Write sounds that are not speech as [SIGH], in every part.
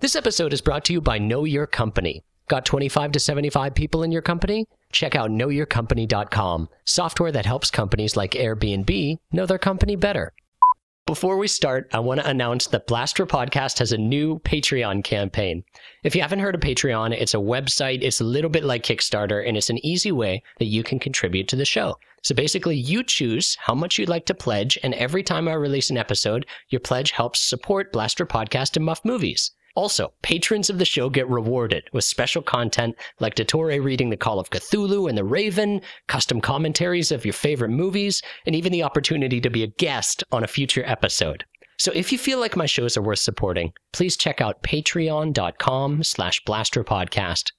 This episode is brought to you by Know Your Company. Got 25 to 75 people in your company? Check out knowyourcompany.com, software that helps companies like Airbnb know their company better. Before we start, I want to announce that Blaster Podcast has a new Patreon campaign. If you haven't heard of Patreon, it's a website, it's a little bit like Kickstarter, and it's an easy way that you can contribute to the show. So basically, you choose how much you'd like to pledge, and every time I release an episode, your pledge helps support Blaster Podcast and Muff Movies. Also, patrons of the show get rewarded with special content like Dottore reading The Call of Cthulhu and The Raven, custom commentaries of your favorite movies, and even the opportunity to be a guest on a future episode. So if you feel like my shows are worth supporting, please check out patreon.com slash blasterpodcast.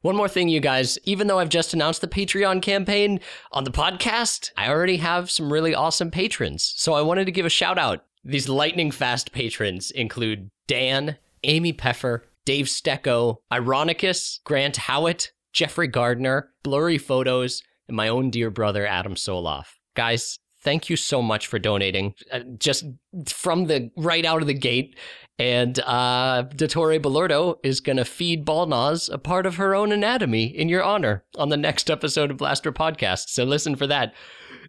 One more thing, you guys. Even though I've just announced the Patreon campaign on the podcast, I already have some really awesome patrons. So I wanted to give a shout out. These lightning fast patrons include Dan, Amy Peffer, Dave Stecco, Ironicus, Grant Howitt, Jeffrey Gardner, Blurry Photos, and my own dear brother, Adam Soloff. Guys, thank you so much for donating uh, just from the right out of the gate and uh dottore Belordo is going to feed balnaz a part of her own anatomy in your honor on the next episode of blaster podcast so listen for that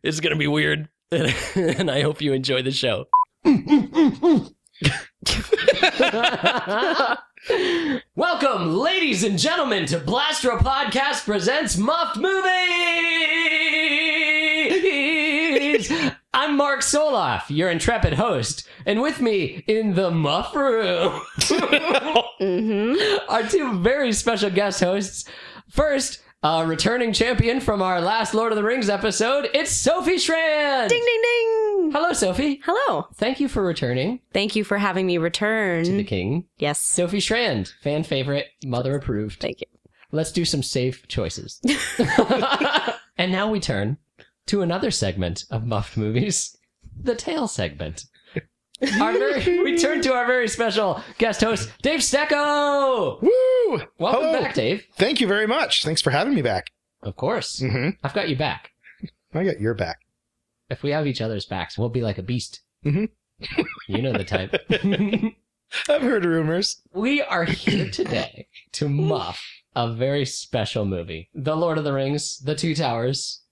it's going to be weird [LAUGHS] and i hope you enjoy the show [LAUGHS] Welcome, ladies and gentlemen, to Blastro Podcast presents Muffed Movies. I'm Mark Soloff, your intrepid host, and with me in the Muff Room [LAUGHS] Mm-hmm. are two very special guest hosts. First, a returning champion from our last Lord of the Rings episode, it's Sophie Strand. Ding ding ding. Hello, Sophie. Hello. Thank you for returning Thank you for having me return. to the king. yes. Sophie Strand, fan favorite, mother approved. Thank you. let's do some safe choices. [LAUGHS] and now we turn to another segment of Muffed Movies, the tail segment. Our very, we turn to our very special guest host, Dave Stecco. Woo! Welcome Hello. back, Dave. Thank you very much. Thanks for having me back. Of course, hmm I've got you back. I got your back. If we have each other's backs, we'll be like a beast. Mhm. You know the type. I've heard rumors. we are here today to muff a very special movie: The Lord of the Rings, The Two Towers,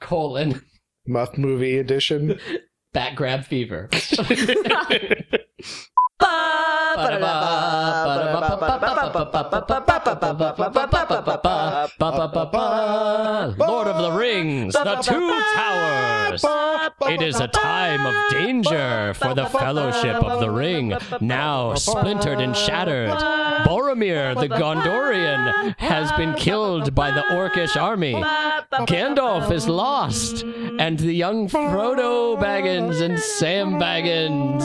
colon Muff movie edition. Bat Grab Fever. Lord of the Rings, the Two Towers. It is a time of danger for the Fellowship of the Ring, now splintered and shattered. Boromir the Gondorian has been killed by the Orcish army. Gandalf is lost, and the young Frodo Baggins and Sam Baggins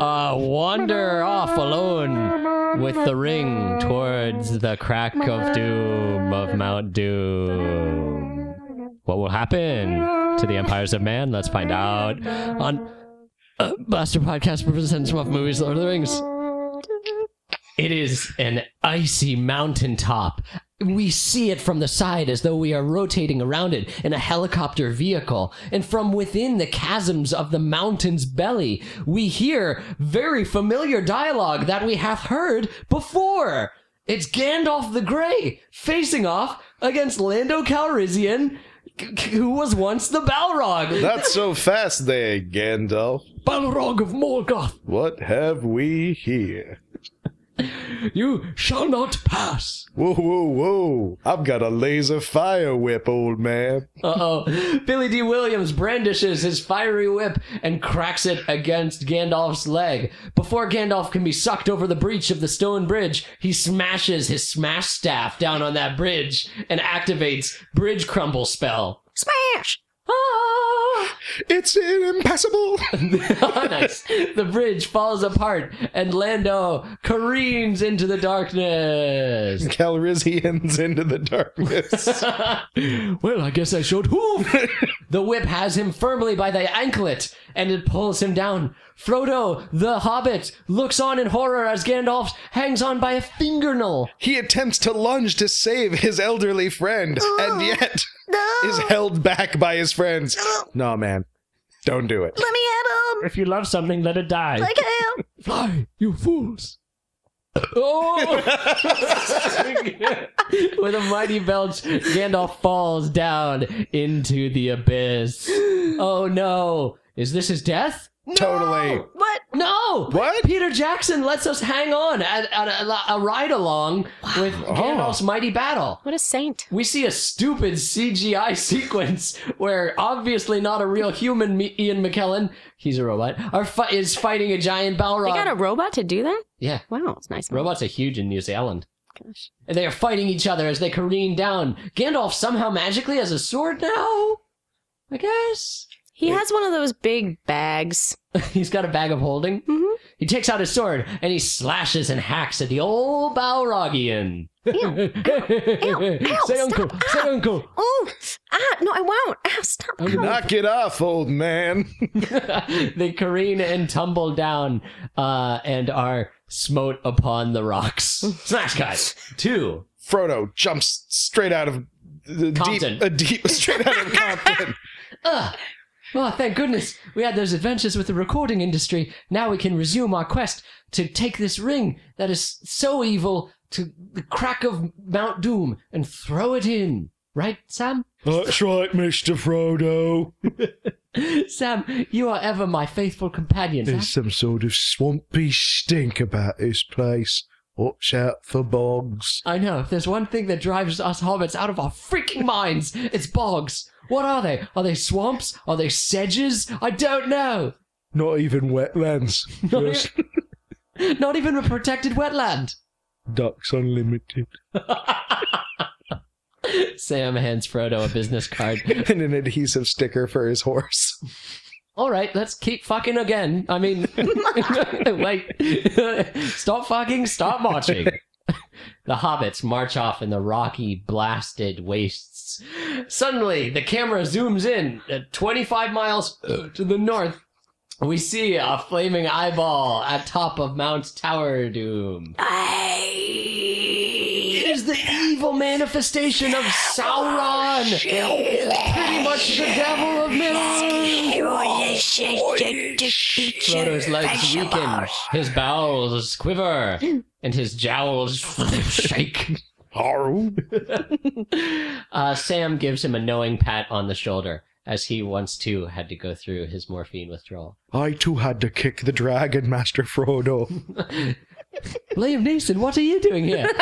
uh, wander off alone with the ring towards the crack of doom of Mount Doom. What will happen to the empires of man? Let's find out on uh, Blaster Podcast presents Muff Movies Lord of the Rings. It is an icy mountaintop. We see it from the side as though we are rotating around it in a helicopter vehicle. And from within the chasms of the mountain's belly, we hear very familiar dialogue that we have heard before. It's Gandalf the Grey facing off against Lando Calrissian, c- c- who was once the Balrog. Not so fast there, Gandalf. Balrog of Morgoth, What have we here? you shall not pass. Whoa, whoa, whoa. I've got a laser fire whip, old man. Uh oh. Billy D. Williams brandishes his fiery whip and cracks it against Gandalf's leg. Before Gandalf can be sucked over the breach of the stone bridge, he smashes his smash staff down on that bridge and activates Bridge Crumble spell. [LAUGHS] Smash. Ah! It's impassable. [LAUGHS] nice. The bridge falls apart and Lando careens into the darkness. Calrissians into the darkness. [LAUGHS] well, I guess I showed [LAUGHS] hoof. the whip has him firmly by the anklet, and it pulls him down. Frodo, the hobbit, looks on in horror as Gandalf hangs on by a fingernail. he attempts to lunge to save his elderly friend, and yet No. is held back by his friends. No, man. Don't do it. Let me at him. If you love something, let it die. I can't. Fly, you fools! [LAUGHS] Oh! With a mighty belch, Gandalf falls down into the [GASPS] abyss. Oh no! Is this his death? Totally. What? No! What? Peter Jackson lets us hang on at, at a, a ride along with Oh. Gandalf's mighty battle. What a saint. We see a stupid CGI [LAUGHS] sequence where obviously not a real human me- Ian McKellen, he's a robot, are fi- is fighting a giant Balrog. They got a robot to do that? yeah, Wow, it's nice. of 'em. robots are huge in New Zealand. Gosh. And they are fighting each other as they careen down. Gandalf somehow magically has a sword now? I guess. [LAUGHS] He has one of those big bags. He's got a bag of holding. Mhm. He takes out his sword and he slashes and hacks at the old Balrogian. [LAUGHS] ow, say uncle, stop, say ah. uncle. [LAUGHS] Oh, ah, no, I won't. Ah, stop. [LAUGHS] Knock it off, old man. they careen and tumble down uh, and are smote upon the rocks. Smash guys. Two. Frodo jumps straight out of the deep, Compton. a deep, [LAUGHS] straight out of Compton. Ugh. Oh, thank goodness we had those adventures with the recording industry. Now we can resume our quest to take this ring that is so evil to the crack of Mount Doom and throw it in. Right, Sam? That's right, Mr. Frodo. Sam, you are ever my faithful companion. Sam. There's some sort of swampy stink about this place. Watch out for bogs. I know. If there's one thing that drives us hobbits out of our freaking minds, it's bogs. What are they? Are they swamps? Are they sedges? I don't know. Not even [LAUGHS] wetlands. Just Not even a protected wetland. ducks [LAUGHS] unlimited. Sam hands Frodo a business card. And an adhesive sticker for his horse. All right, let's keep fucking again. I mean, [LAUGHS] wait. [LAUGHS] stop fucking, stop marching. [LAUGHS] The hobbits march off in the rocky, blasted wastes. Suddenly, the camera zooms in at 25 miles uh, to the north. We see a flaming eyeball at top of Mount Tower Doom. It is the evil manifestation of Sauron, pretty much the devil of Middle-earth. Frodo's legs weaken, his bowels [CLEARS THROAT] quiver, and his jowls [LAUGHS] [LAUGHS] shake. Haru. Uh, Sam gives him a knowing pat on the shoulder, as he once too had to go through his morphine [LAUGHS] withdrawal. I too had to kick the dragon, Master Frodo. Liam Neeson, what are you doing here? [LAUGHS]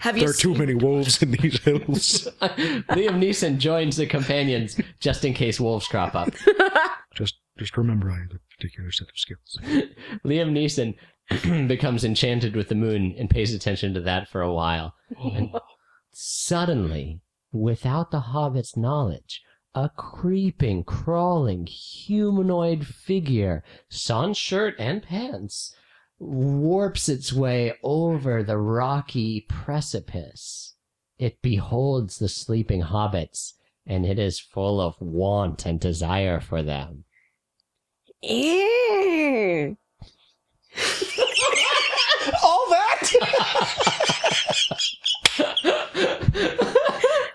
Have There you are too seen many wolves in these hills. [LAUGHS] Liam Neeson joins the companions just in case wolves crop up. Just just remember I had a particular set of skills. Liam Neeson [CLEARS THROAT] becomes enchanted with the moon and pays attention to that for a while. And suddenly, without the hobbit's knowledge, a creeping, crawling humanoid figure, sans shirt and pants, warps its way over the rocky precipice. It beholds the sleeping hobbits, and it is full of want and desire for them. Ew. All that? [LAUGHS]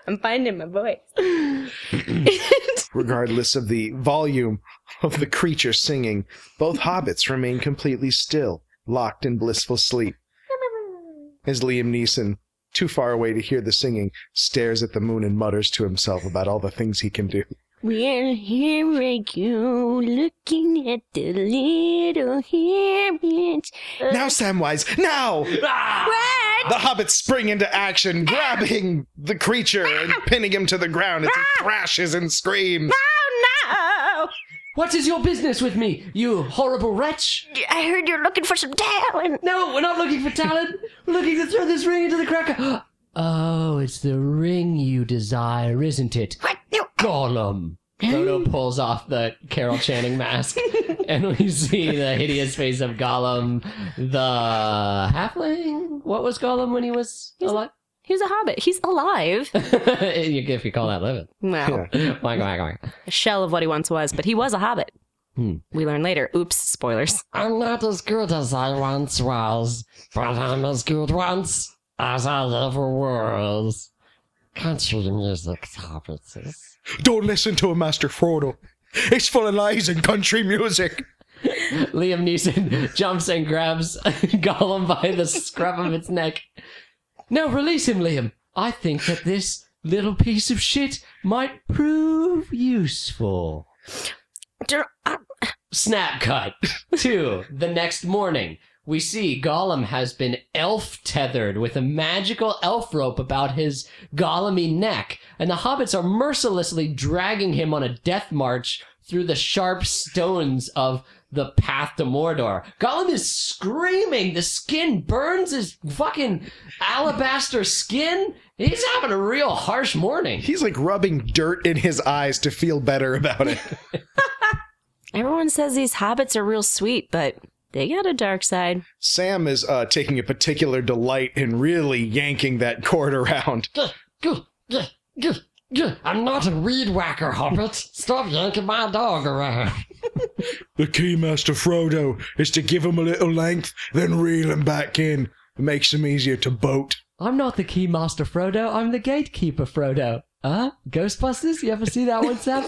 I'm finding my voice. [LAUGHS] [LAUGHS] Regardless of the volume of the creature singing, both hobbits remain completely still, locked in blissful sleep. As Liam Neeson, too far away to hear the singing, stares at the moon and mutters to himself about all the things he can do. Well, here I go, looking at the little habits. Now, Samwise, now! The hobbits spring into action, grabbing the creature and pinning him to the ground as he thrashes and screams. Oh What is your business with me, you horrible wretch? no! I heard you're looking for some talent. No, we're not looking for talent. we're looking to throw this ring into the cracker. [GASPS] oh, it's the ring you desire, isn't it? What? No. Gollum. Frodo [GASPS] pulls off the Carol Channing [LAUGHS] mask, and we see the hideous face of Gollum, the halfling. What was Gollum when he was He's- alive? He's a hobbit. He's alive. if [LAUGHS] you call that living. Well, Wank, wank, wank. a shell of what he once was, but he was a hobbit. Hmm. We learn later. Oops, spoilers. I'm not as good as I once was, but I'm as good once as I ever was. Country music services. [LAUGHS] Don't listen to him, Master Frodo. It's full of lies and country music. Liam Neeson [LAUGHS] jumps and grabs [LAUGHS] Gollum by the scruff of its neck. No, release him, Liam. I think that this little piece of shit might prove useful. uh, Snap cut to the next morning. We see Gollum has been elf tethered with a magical elf rope about his gollumy neck, and the hobbits are mercilessly dragging him on a death march through the sharp stones of the path to Mordor. Gollum is screaming. The skin burns his fucking alabaster skin. He's having a real harsh morning. He's like rubbing dirt in his eyes to feel better about [LAUGHS] it. Everyone says these hobbits are real sweet, but they got a dark side. Sam is uh, taking a particular delight in really yanking that cord around. Gah, gah, gah, gah. I'm not a weed whacker, Hobbit. Stop yanking my dog around. The key, Master Frodo, is to give him a little length, then reel him back in. It makes him easier to boat. I'm not the key master, Frodo. I'm the gatekeeper, Frodo. Huh? Ghostbusters? You ever see that one, Sam?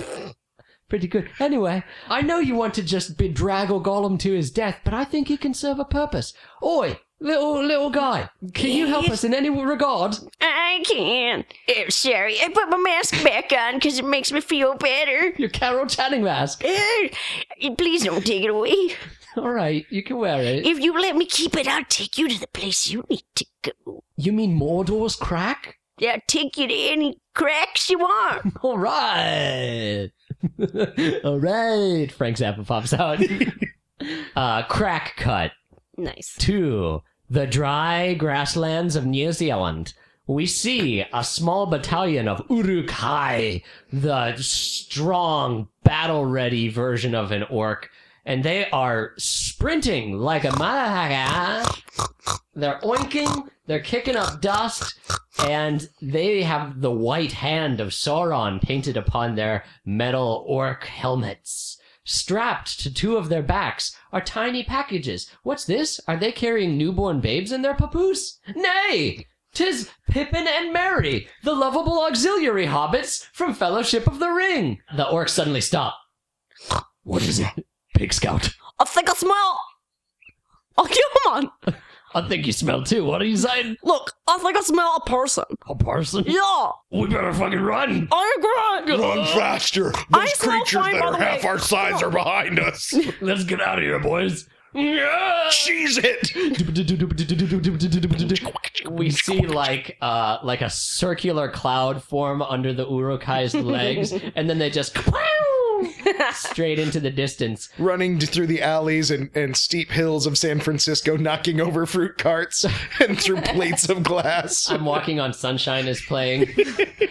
Pretty good. Anyway, I know you want to just bedraggle Gollum to his death, but I think he can serve a purpose. Oi, little little guy, can you help us in any regard? I can't. I'm sorry. Eh, I put my mask back on because it makes me feel better. Your Carol Channing mask. Ugh. Please don't take it away. All right, you can wear it. If you let me keep it, I'll take you to the place you need to go. You mean Mordor's crack? I'll take you to any cracks you want. [LAUGHS] All right. [LAUGHS] All right. Frank Zappa pops out. uh, crack cut Nice. to the dry grasslands of New Zealand. We see a small battalion of Urukai, the strong, battle ready version of an orc, and they are sprinting like a motherfucker. They're oinking, they're kicking up dust, and they have the white hand of Sauron painted upon their metal orc helmets. Strapped to two of their backs are tiny packages. What's this? Are they carrying newborn babes in their papoose? Nay! Tis Pippin and Mary, the lovable auxiliary hobbits from Fellowship of the Ring. The orcs suddenly stop. What is it? Pig Scout. I think I smell. Oh, come on. I think you smell too. What are you saying? Look, I think I smell a person. A parson? Yeah, We better fucking run! Uh, I agree. Run faster! Those I smell creatures fine, that by are the half way. our size are behind us! Let's get out of here, boys. Cheese it! we see like uh like a circular cloud form under the urukai's legs and then they just [LAUGHS] straight into the distance Running through the alleys and, and steep hills of San Francisco, knocking over fruit carts [LAUGHS] and through plates of glass. i'm walking on sunshine is playing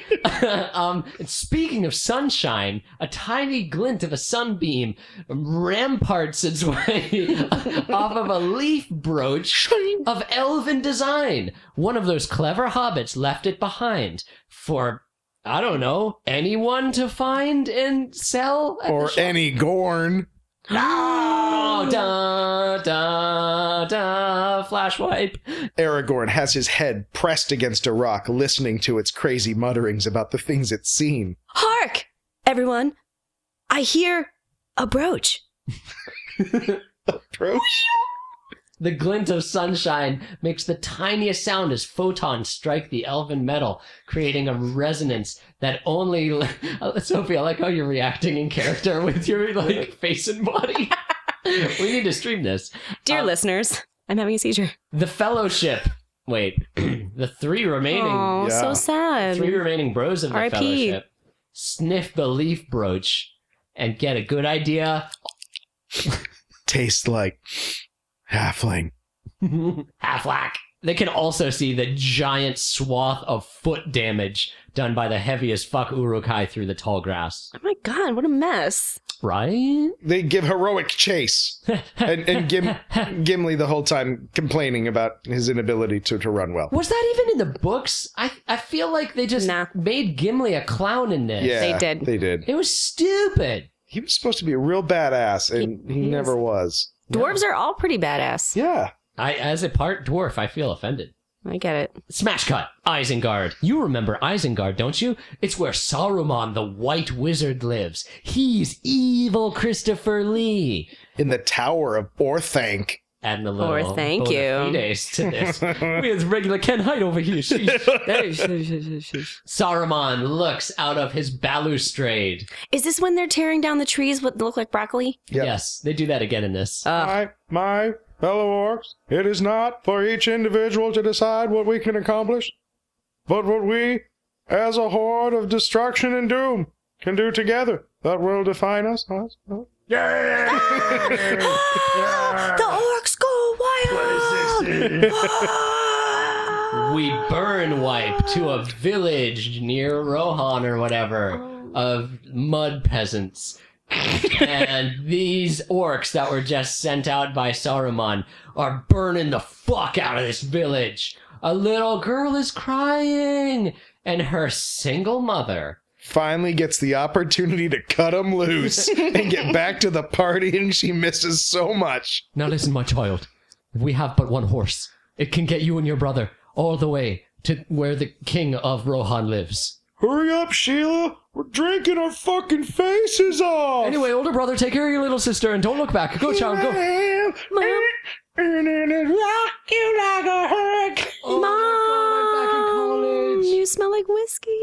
[LAUGHS] um and speaking of sunshine a tiny glint of a sunbeam ramparts its way [LAUGHS] off of a leaf brooch of elven design. One of those clever hobbits left it behind for, I don't know, anyone to find and sell? At Or the shop? any Gorn. No! Da, da, da, flash wipe. Aragorn has his head pressed against a rock, listening to its crazy mutterings about the things it's seen. Hark, everyone! I hear a brooch. Bro, The glint of sunshine makes the tiniest sound as photons strike the elven metal, creating a resonance that only. [LAUGHS] Sophie, I like how you're reacting in character [LAUGHS] with your like face and body. [LAUGHS] we need to stream this. Dear Um, listeners, Uh, I'm having a seizure. The Fellowship. Wait, [CLEARS THROAT] the three remaining, Oh, Yeah. so sad. three remaining bros of the RIP. Fellowship sniff the leaf brooch and get a good idea. tastes like halfling. Halflack. They can also see the giant swath of foot damage done by the heaviest fuck Urukai through the tall grass. Oh my god, what a mess! Right? They give heroic chase, and and Gim- Gimli the whole time complaining about his inability to, to run well. [LAUGHS] Was that even in the books? I I feel like they just Nah. made Gimli a clown in this. Yeah, They did. They did. It was stupid. He was supposed to be a real badass, and he, he is. never was. Dwarves are all pretty badass. Yeah, I as a part dwarf, I feel offended. I get it. [LAUGHS] Smash cut. Isengard. You remember Isengard, don't you? It's where Saruman the White Wizard lives. He's evil Christopher Lee. in the Tower of Orthanc. Adding a little. Or thank you. bona fides to this. we have regular Ken Hyde over here. Sheesh. Is Saruman looks out of his balustrade. this when they're tearing down the trees what look like broccoli? Yep. Yes, they do that again in this. Uh, My, my fellow orcs, it is not for each individual to decide what we can accomplish, but what we, as a horde of destruction and doom, can do together. That will define us. us, us. [LAUGHS] Ah, the orcs go wild! Oh. we burn wipe to a village near Rohan or whatever Oh. of mud peasants. and these orcs that were just sent out by Saruman are burning the fuck out of this village. A little girl is crying, and her single mother. Finally gets the opportunity to cut him loose and get back to the party, and she misses so much. Now listen, my child. We have but one horse. It can get you and your brother all the way to where the king of Rohan lives. Hurry up, Sheila! We're drinking our fucking faces off! Anyway, older brother, take care of your little sister and don't look back. Go, child, go. Oh, Mom! Oh You smell like whiskey.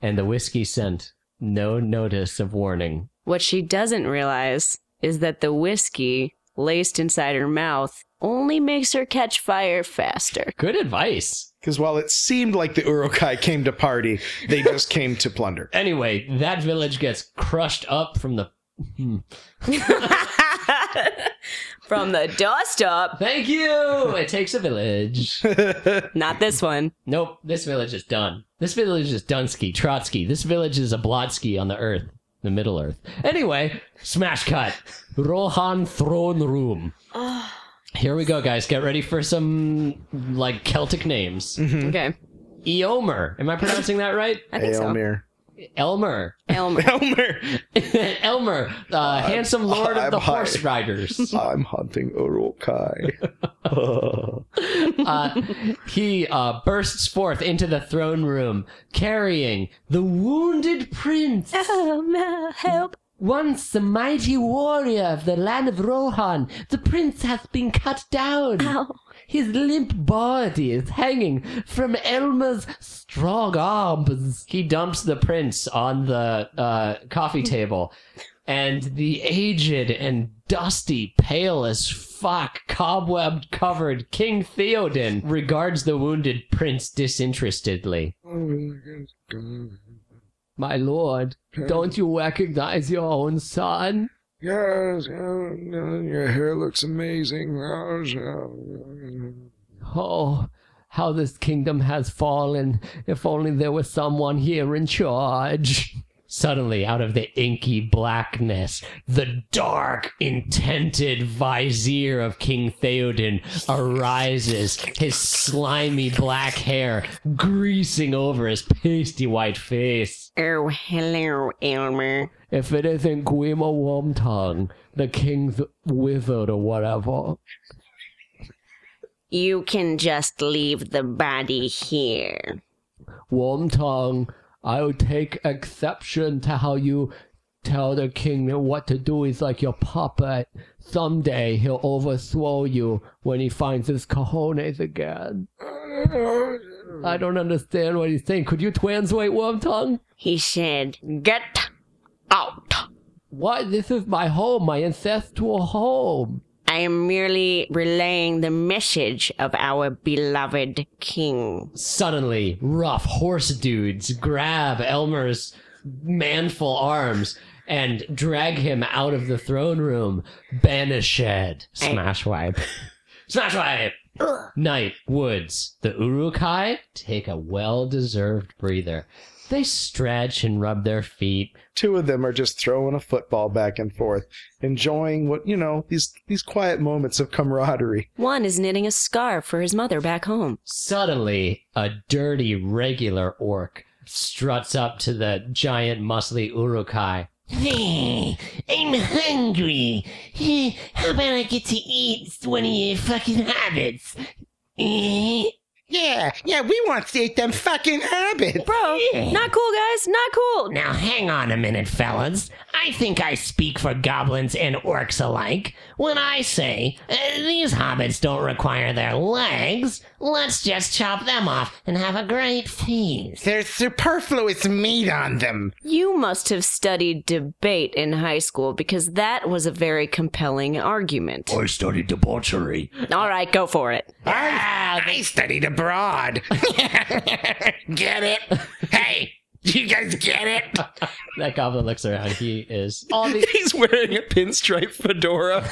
And the whiskey sent no notice of warning. What she doesn't realize is that the whiskey laced inside her mouth only makes her catch fire faster. Good advice. Because while it seemed like the Urukai came to party, they just came to plunder. Anyway, that village gets crushed up from the. Hmm. [LAUGHS] From the dust up. Thank you. It takes a village. Not this one. Nope. This village is done. This village is Dunsky, Trotsky. This village is a Blotsky on the Earth, the Middle Earth. Anyway, smash cut. Rohan throne room. Here we go, guys. Get ready for some like Celtic names. Mm. Mm-hmm. Okay. Eomer. Am I pronouncing that right? I think so. Aelmir. Elmer. [LAUGHS] Elmer. Elmer! Elmer, the handsome lord of Uh, I'm the high. horse riders. I'm hunting Urukai. Uh, he uh, bursts forth into the throne room carrying the wounded prince. help. Once the mighty warrior of the land of Rohan, the prince hath been cut down. His limp body is hanging from Elmer's strong arms. He dumps the prince on the uh, coffee table, and the aged and dusty, pale as fuck, cobweb covered King Theoden regards the wounded prince disinterestedly. My lord, don't you recognize your own son? Yes, your hair looks amazing. Oh, how this kingdom has fallen. If only there was someone here in charge. Suddenly, out of the inky blackness, the dark, intented vizier of King Theoden arises, his slimy black hair greasing over his pasty white face. Oh, hello, Elmer. If it isn't Gwima Wormtongue, the king's wizard or whatever. You can just leave the body here. Wormtongue, I will take exception to how you tell the king what to do. He's like your puppet. Someday he'll overthrow you when he finds his cojones again. I don't understand what he's saying. Could you translate Wormtongue? He said, Get out. What? This is my home, my ancestral home. I am merely relaying the message of our beloved king. Suddenly, rough horse dudes grab Elmer's manful arms and drag him out of the throne room, banished. Smash wipe. Smash wipe! Night, woods. The Urukai take a well deserved breather. They stretch and rub their feet. Two of them are just throwing a football back and forth, enjoying what you know these these quiet moments of camaraderie. One is knitting a scarf for his mother back home. Suddenly, a dirty regular orc struts up to the giant, muscly Urukai. Hey, I'm hungry. Eh, How about I get to eat one of your fucking hobbits? Eh? Yeah, yeah, we want to eat them fucking hobbits. Bro, Yeah. not cool, guys. Not cool. Now, hang on a minute, fellas. I think I speak for goblins and orcs alike when I say uh, these hobbits don't require their legs. Let's just chop them off and have a great feast. There's superfluous meat on them. You must have studied debate in high school because that was a very compelling argument. I studied debauchery. All right, go for it. I, I studied [LAUGHS] abroad. get it? Hey, you guys get it? That goblin looks around. He is He's wearing a pinstripe fedora.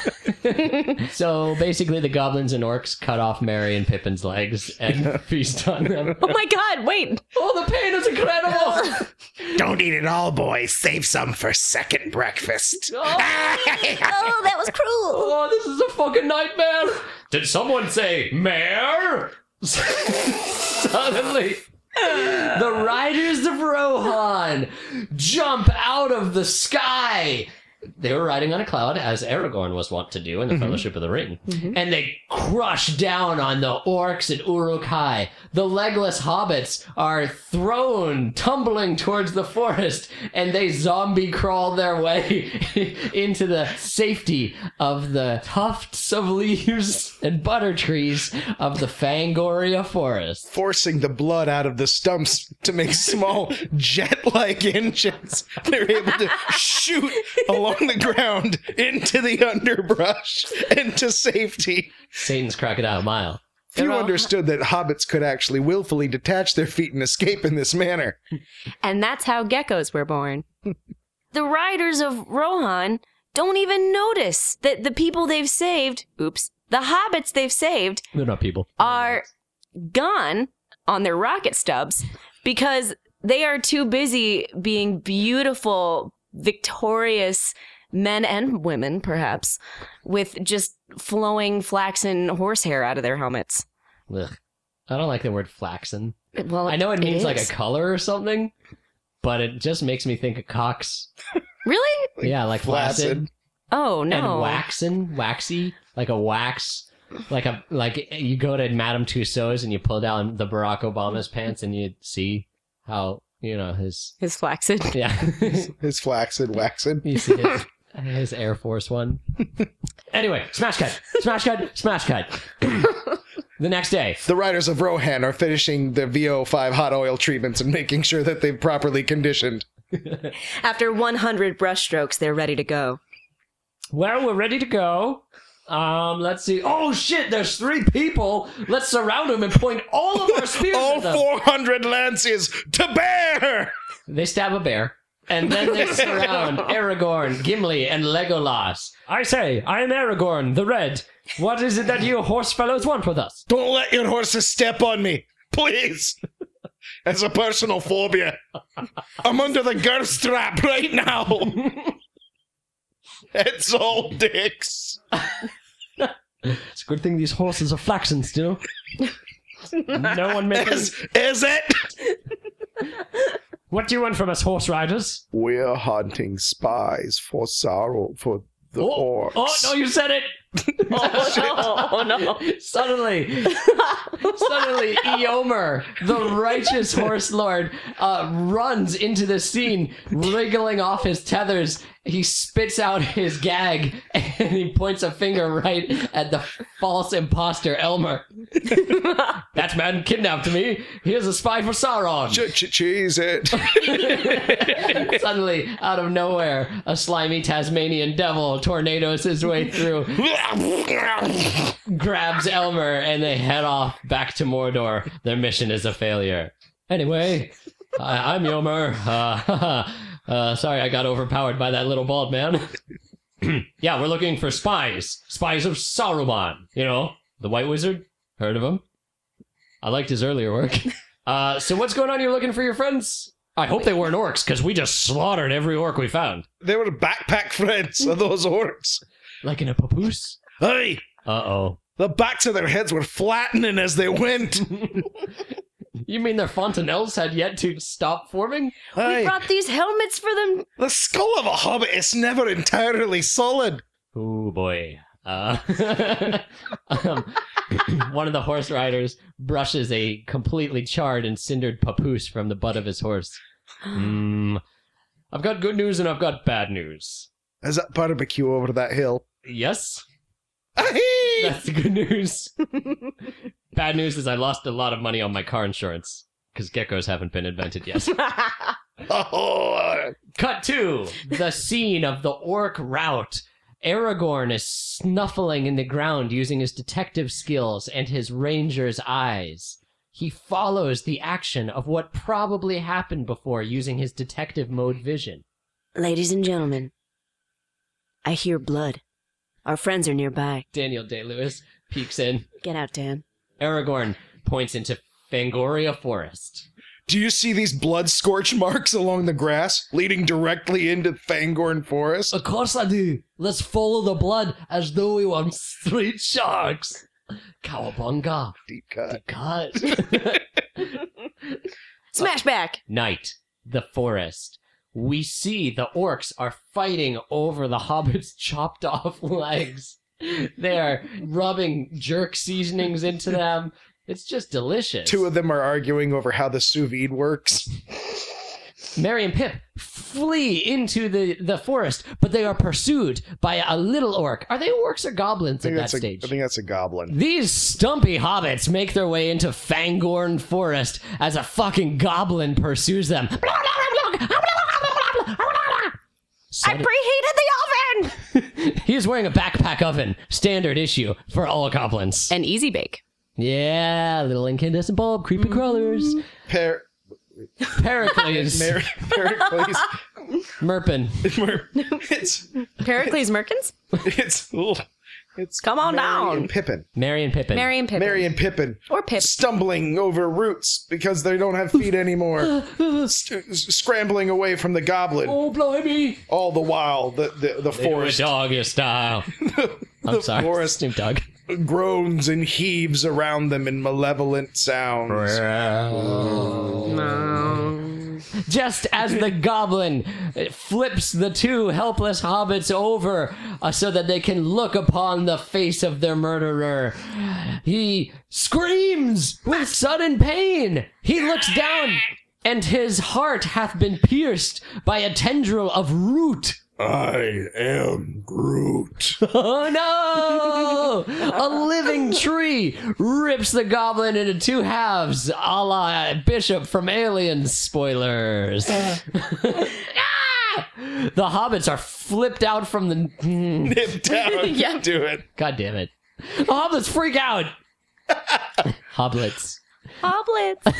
so basically the goblins and orcs cut off Mary and Pippin's legs and [LAUGHS] feast on them. Oh my god, wait. Oh, the pain is incredible. [LAUGHS] Don't eat it all, boys. Save some for second breakfast. Oh, that was cruel. Oh, this is a fucking nightmare. Did someone say mare? [LAUGHS] Suddenly, the riders of Rohan jump out of the sky. They were riding on a cloud, as Aragorn was wont to do in the Fellowship of the Ring, and they crush down on the orcs and Urukai. The legless hobbits are thrown, tumbling towards the forest, and they zombie crawl their way [LAUGHS] into the safety of the tufts of leaves and butter trees of the Fangoria forest. Forcing the blood out of the stumps to make small jet like engines. They're able to shoot along the ground into the underbrush and to safety. Satan's Crocodile Mile. If you understood that hobbits could actually willfully detach their feet and escape in this manner, And that's how geckos were born. the riders of Rohan don't even notice that the people they've saved, oops, the hobbits they've saved They're not people. are gone on their rocket stubs because they are too busy being beautiful, victorious men and women, perhaps, with just flowing flaxen horsehair out of their helmets. Ugh. I don't like the word flaxen. Well, I know it means like a is. color or something, but it just makes me think of cocks. really. yeah, like flaccid, flaccid. Oh no! and waxen, waxy, like a wax, like a like you go to Madame Tussauds and you pull down the Barack Obama's pants and you see how you know [LAUGHS] his His flaxen. yeah [LAUGHS] his flaccid, waxed. you see his, his Air Force [LAUGHS] One. anyway, smash cut, smash cut, smash cut. [CLEARS THROAT] the next day, The riders of Rohan are finishing the VO5 hot oil treatments and making sure that they've properly conditioned. After 100 brushstrokes, they're ready to go. Well, we're ready to go. Um, let's see. Oh shit! There's three people. Let's surround them and point all of our spears [LAUGHS] All at them. 400 lances to bear! They stab a bear, and then they surround Aragorn, Gimli, and Legolas. I say, I am Aragorn the Red. What is it that you horse fellows want with us? Don't let your horses step on me, please! As a personal phobia. I'm under the girth strap right [LAUGHS] now! It's all dicks! It's a good thing these horses are flaxen still. no one Is, is it? What do you want from us, horse riders? We're hunting spies for sorrow for the Oh, oh, no, you said [LAUGHS] it! Oh no! [LAUGHS] Suddenly, suddenly, Eomer, the righteous horse lord, uh, runs into the scene, wriggling off his tethers. He spits out his gag and he points a finger right at the false imposter [LAUGHS] Elmer. that man kidnapped me. He is a spy for Sauron. Cheese it! Suddenly, out of nowhere, a slimy Tasmanian devil tornadoes his way through, grabs Elmer, and they head off back to Mordor. Their mission is a failure. Anyway, I- I'm Yomer. Uh, [LAUGHS] uh, sorry, I got overpowered by that little bald man. [CLEARS THROAT] yeah, we're looking for spies. Spies of Saruman. You know, the White Wizard. Heard of him? I liked his earlier [LAUGHS] work. Uh, so what's going on? You're looking for your friends? I hope they weren't orcs, because we just slaughtered every orc we found. They were backpack friends of those orcs. Like in a papoose? Hey, Uh oh. the backs of their heads were flattening as they went. You mean their fontanelles had yet to stop forming? We Hey, brought these helmets for them. the skull of a hobbit is never entirely solid. Oh boy. Uh, [LAUGHS] um, [CLEARS THROAT] one of the horse riders brushes a completely charred and cindered papoose from the butt of his horse. Mm. I've got good news and I've got bad news. Is that barbecue over [LAUGHS] that hill? Yes, Ahee! that's the good news. bad news is I lost a lot of money on my car insurance because geckos haven't been invented yet. Oh, Cut to the scene of the orc rout. Aragorn is snuffling in the ground using his detective skills and his ranger's eyes. He follows the action of what probably happened before using his detective mode vision. [LAUGHS] Ladies and gentlemen, I hear blood. Our friends are nearby. Daniel Day Lewis peeks in. Get out, Dan. Aragorn points into Fangoria Forest. Do you see these blood scorch marks along the grass leading directly into Fangorn Forest? Of course I do. Let's follow the blood as though we were street sharks. Cowabunga. Deep cut. Cut. Uh. Smash back. night, the forest. We see the orcs are fighting over the [LAUGHS] hobbits' chopped off [LAUGHS] legs. They're rubbing jerk seasonings into them. It's just delicious. Two of them are arguing over how the sous [LAUGHS] vide works. Mary and Pip flee into the, the forest, but they are pursued by a little orc. Are they orcs or goblins at that that's stage? a, I think that's a goblin. These stumpy hobbits make their way into Fangorn Forest as a fucking goblin pursues them. Sudden- preheated the oven. he is wearing a backpack oven, standard issue for all goblins. And easy bake. yeah, little incandescent bulb, creepy crawlers. Per- Pericles, [LAUGHS] Mer- Pericles. Merpin. Mer- it's Pericles Merkins? it's ugh. it's Come on Mary down. And Pippin. Mary and Pippin. Mary and Pippin. Mary and Pippin or Pip. stumbling over roots because they don't have [LAUGHS] feet anymore, S- s- scrambling away from the goblin. oh, blimey. All the while, the the, the forest doggy style. I'm The sorry, forest. Snoop Dogg. groans and heaves around them in malevolent sounds. Just as the goblin flips the two helpless hobbits over uh, so that they can look upon the face of their murderer, he screams with sudden pain. He looks down, and his heart hath been pierced by a tendril of root. I am Groot. [LAUGHS] Oh no! a living tree rips the goblin into two halves, a la Bishop from Aliens. Spoilers. [LAUGHS] Ah! the hobbits are flipped out from the. [LAUGHS] Nip down. Yeah. Do it. God damn it. The hobbits freak out! hoblets. [LAUGHS] Hoblets.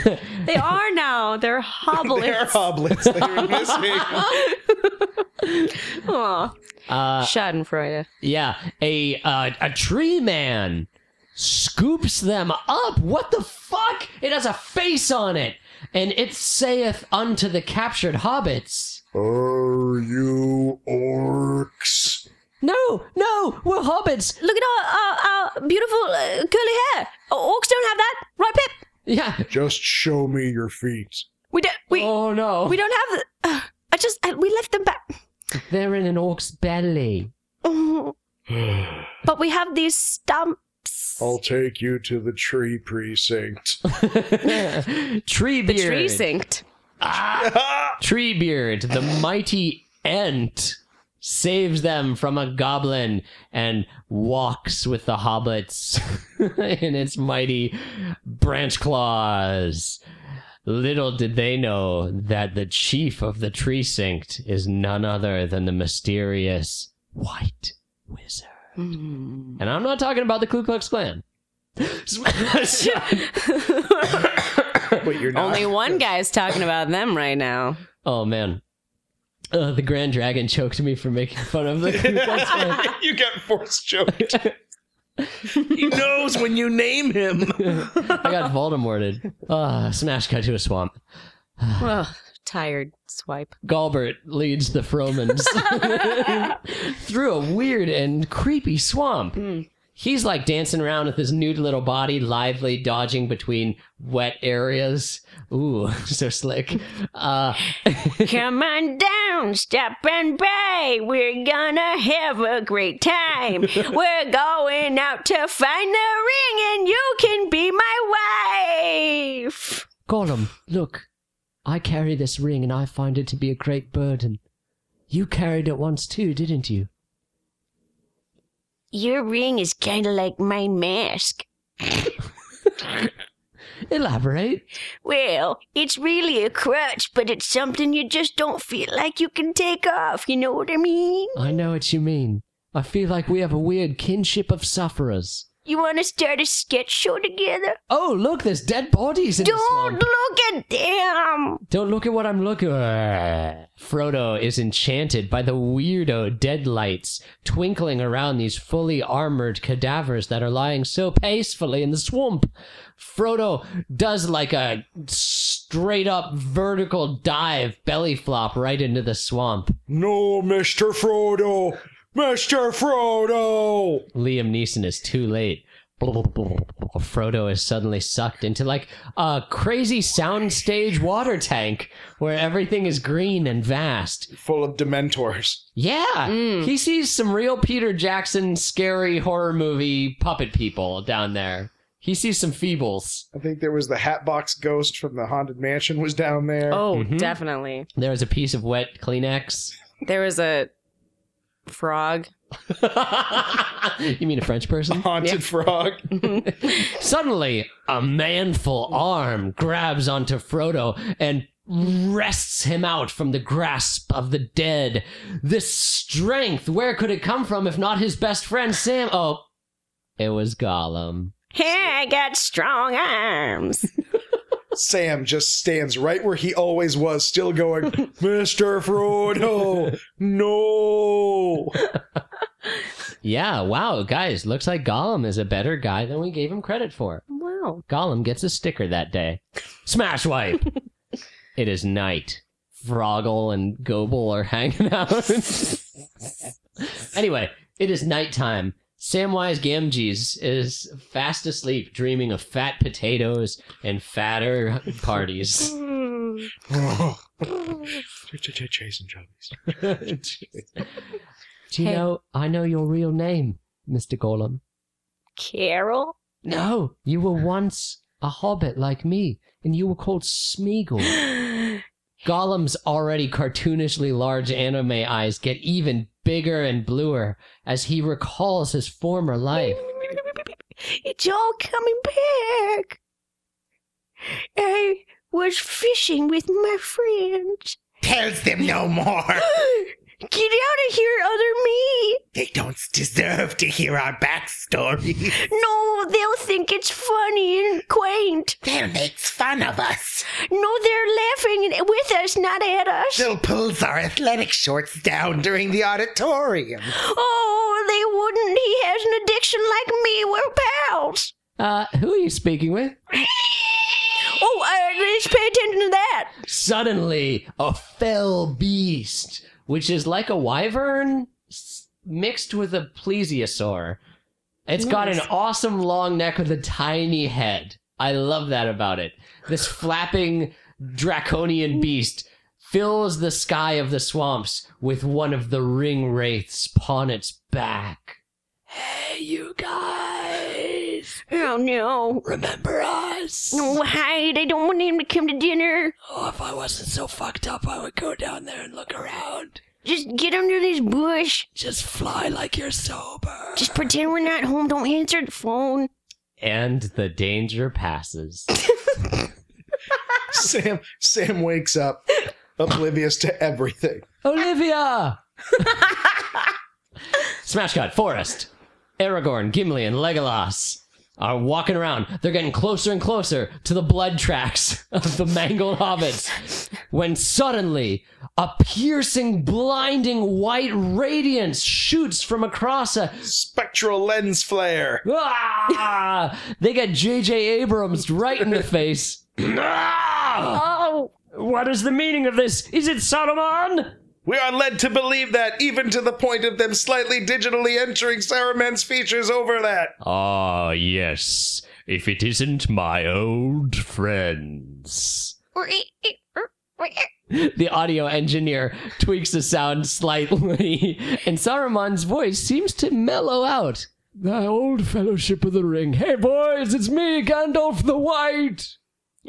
they are now. [LAUGHS] They're hoblets. They're hoblets. They were missing. Aw. Uh, Schadenfreude. Yeah, a uh, a tree man scoops them up. What the fuck? It has a face on it, and it saith unto the captured hobbits, [LAUGHS] Are you orcs? "No, no, we're hobbits. Look at our, our, our beautiful uh, curly hair. Orcs don't have that, right, Pip? Yeah. Just show me your feet. We don't. We oh no, we don't have. The, uh, I just I, we left them back, they're in an orc's [LAUGHS] belly. Mm, but we have these stumps. I'll take you to the tree [LAUGHS] precinct. tree beard. the tree synced. Treebeard, the mighty Ent, saves them from a goblin and walks with the hobbits [LAUGHS] in its mighty branch claws. Little did they know that the chief of the tree Precinct is none other than the mysterious White Wizard. And I'm not talking about the Ku Klux Klan. [LAUGHS] Wait, you're not. Only [LAUGHS] one guy's talking about them right now. Oh man. Uh, the Grand Dragon choked me for making fun of the Ku Klux Klan. you got force choked. he knows when you name him. I got Voldemorted. Ah, smash cut to a swamp. Well, tired swipe. Galbert leads the Fromans through a weird and creepy swamp. he's like dancing around with his nude little body, lively, dodging between wet areas. Ooh, [LAUGHS] so slick. Uh, Come on down, stop and bay. We're gonna have a great time. We're going out to find the ring, and you can be my wife. Gollum, look, I carry this ring and I find it to be a great burden. You carried it once too, didn't you? Your ring is kinda like my mask. Elaborate. Well, it's really a crutch, but it's something you just don't feel like you can take off. You know what I mean? I know what you mean. I feel like we have a weird kinship of sufferers. You want to start a sketch show together? Oh, look, there's dead bodies in this Don't one. look at them. Don't look at what I'm looking at. Frodo is enchanted by the weirdo deadlights twinkling around these fully armored cadavers that are lying so peacefully in the swamp. Frodo does like a straight up vertical dive belly flop right into the swamp. [LAUGHS] No, Mr. Frodo! Mr. Frodo! Liam Neeson is too late. Frodo is suddenly sucked into like a crazy soundstage water tank where everything is green and vast. Full of dementors. Yeah, Mm. he sees some real Peter Jackson scary horror movie puppet people down there. He sees some feebles. I think there was the Hatbox Ghost from the Haunted Mansion was down there. Oh, Mhm. definitely. There is a piece of wet Kleenex. [LAUGHS] There was a frog. you mean a French person? Haunted Frog. Suddenly, a manful arm grabs onto Frodo and wrests him out from the grasp of the dead. This strength, where could it come from if not his best friend Sam? Oh, it was Gollum. Hey, I got strong arms. Sam just stands right where he always was, still going, [LAUGHS] Mr. Frodo, [LAUGHS] no. Yeah, wow, guys, looks like Gollum is a better guy than we gave him credit for. Wow. Gollum gets a sticker that day. Smash wipe! it is night. Froggle and Goble are hanging out. [LAUGHS] anyway, it is nighttime. Samwise Gamgees is fast asleep, dreaming of fat potatoes and fatter parties. Chasing Chubbies. Do you Hey. know? I know your real name, Mr. Gollum. Carol? No, you were once a hobbit like me, and you were called Smeagol. Gollum's already cartoonishly large anime eyes get even bigger and bluer as he recalls his former life. It's all coming back. I was fishing with my friends. [GASPS] Tells them no more. Get out of here, other me. They don't deserve to hear our backstory. No, they'll think it's funny and quaint. They'll make fun of us. No, they're laughing at- with us, not at us. They'll pull our athletic shorts down during the auditorium. Oh, they wouldn't. He has an addiction like me. We're pals. Uh, who are you speaking with? Oh, uh, let's pay attention to that. Suddenly, a fell beast, which is like a wyvern s- mixed with a plesiosaur. It's got an Nice. awesome long neck with a tiny head. I love that about it. This flapping draconian beast fills the sky of the swamps with one of the ring wraiths upon its back. Hey, you guys! Oh, no. Remember us? No, hide. I don't want him to come to dinner. Oh, if I wasn't so fucked up, I would go down there and look around. Just get under this bush. Just fly like you're sober. Just pretend we're not home. Don't answer the [LAUGHS] phone. And the danger passes. Sam, Sam wakes up, oblivious to everything. Olivia! [LAUGHS] Smash cut, Forest, Aragorn, Gimli, and Legolas are walking around. They're getting closer and closer to the blood tracks of the mangled hobbits when suddenly a piercing, blinding white radiance shoots from across a Spectral lens flare. Ah! they got J.J. Abrams right in the face. Ah! Oh, What is the meaning of this? Is it Saruman? We are led to believe that, even to the point of them slightly digitally entering Saruman's features over that. Ah, yes. If it isn't my old friends. The audio engineer tweaks the sound slightly, and Saruman's voice seems to mellow out. The old fellowship of the ring. Hey, boys, it's me, Gandalf the White.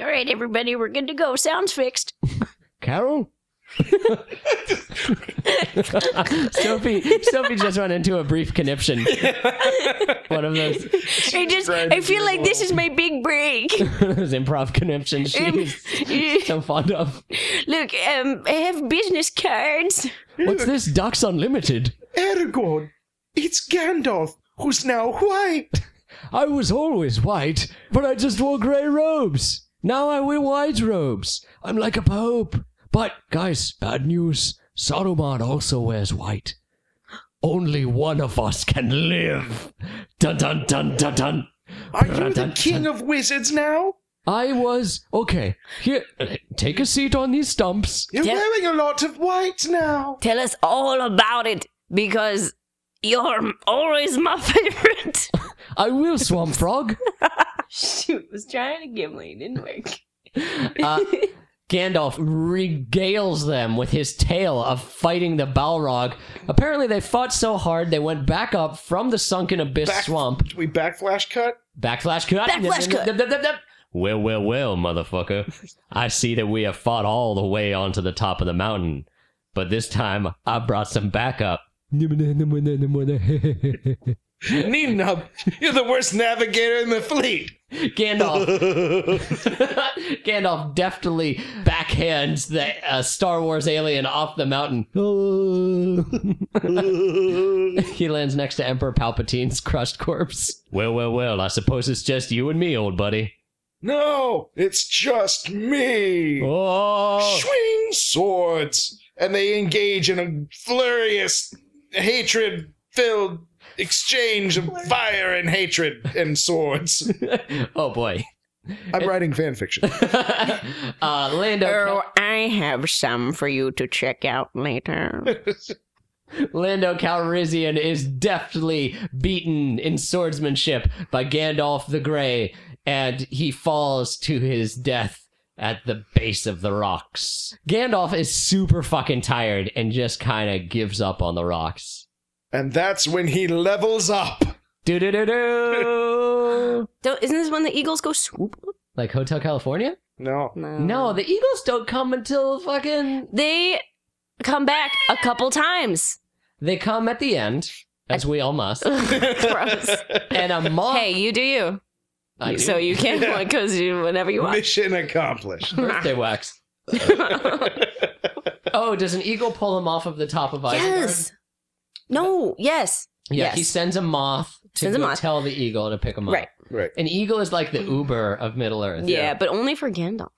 All right, everybody, we're good to go. Sounds fixed. Carol? Sophie Sophie just went into a brief conniption. One of those, [LAUGHS] I just, I feel like this is my big break. [LAUGHS] those improv conniptions she's so fond of. Look, um, I have business cards. What's this? Ducks Unlimited. Aragorn, it's Gandalf, who's now white. I was always white, but I just wore grey robes. Now I wear white robes. I'm like a pope. But, guys, bad news. Saruman also wears white. Only one of us can live. Dun dun dun dun dun. Are you the king of wizards now? I was. Okay, here, take a seat on these stumps. You're Yeah. wearing a lot of white now. Tell us all about it because you're always my [LAUGHS] favorite. I will, Swamp Frog. Shoot, was trying to Gimli, didn't work. Uh, Gandalf regales them with his tale of fighting the Balrog. Apparently, they fought so hard they went back up from the sunken abyss Back- swamp. Do we backflash cut? Backflash cut. Backflash cut. Dup, dup, dup, dup. Well, well, well, motherfucker. I see that we have fought all the way onto the top of the mountain, but this time I brought some [LAUGHS] backup. Neenub, you're the worst navigator in the fleet. Gandalf Oh. [LAUGHS] Gandalf deftly backhands the uh, Star Wars alien off the mountain. [LAUGHS] he lands next to Emperor Palpatine's crushed corpse. Well, well, well, I suppose it's just you and me, old buddy. [LAUGHS] no, it's just me. Oh! Swing swords, and they engage in a furious, hatred-filled exchange of fire and hatred and swords. [LAUGHS] oh, boy. [LAUGHS] I'm writing fan fiction. uh, Lando, Oh, I have some for you to check out later. [LAUGHS] Cal- Lando Calrissian is deftly beaten in swordsmanship by Gandalf the Grey, and he falls to his death at the base of the rocks. Gandalf is super fucking tired and just kind of gives up on the rocks. and that's when he [LAUGHS] [LAUGHS] levels up. Do do do do. Don't, isn't this when the eagles go swoop? Like Hotel California? No. No, the Eagles don't come until fucking. They come back a couple times. They come at the end, as we all must. [LAUGHS] Gross. And a moth. hey, you do you. I do. So you can [LAUGHS] because you [LAUGHS] whenever you want. Mission accomplished. birthday wax. oh, does an eagle pull him off of the top of Isengard? Yes. No. Yes. Yeah, Yes. he sends a moth to Sends a go moth. tell the eagle to pick him up. Right. Right. An eagle is like the Uber of Middle Earth. Yeah, but only for Gandalf.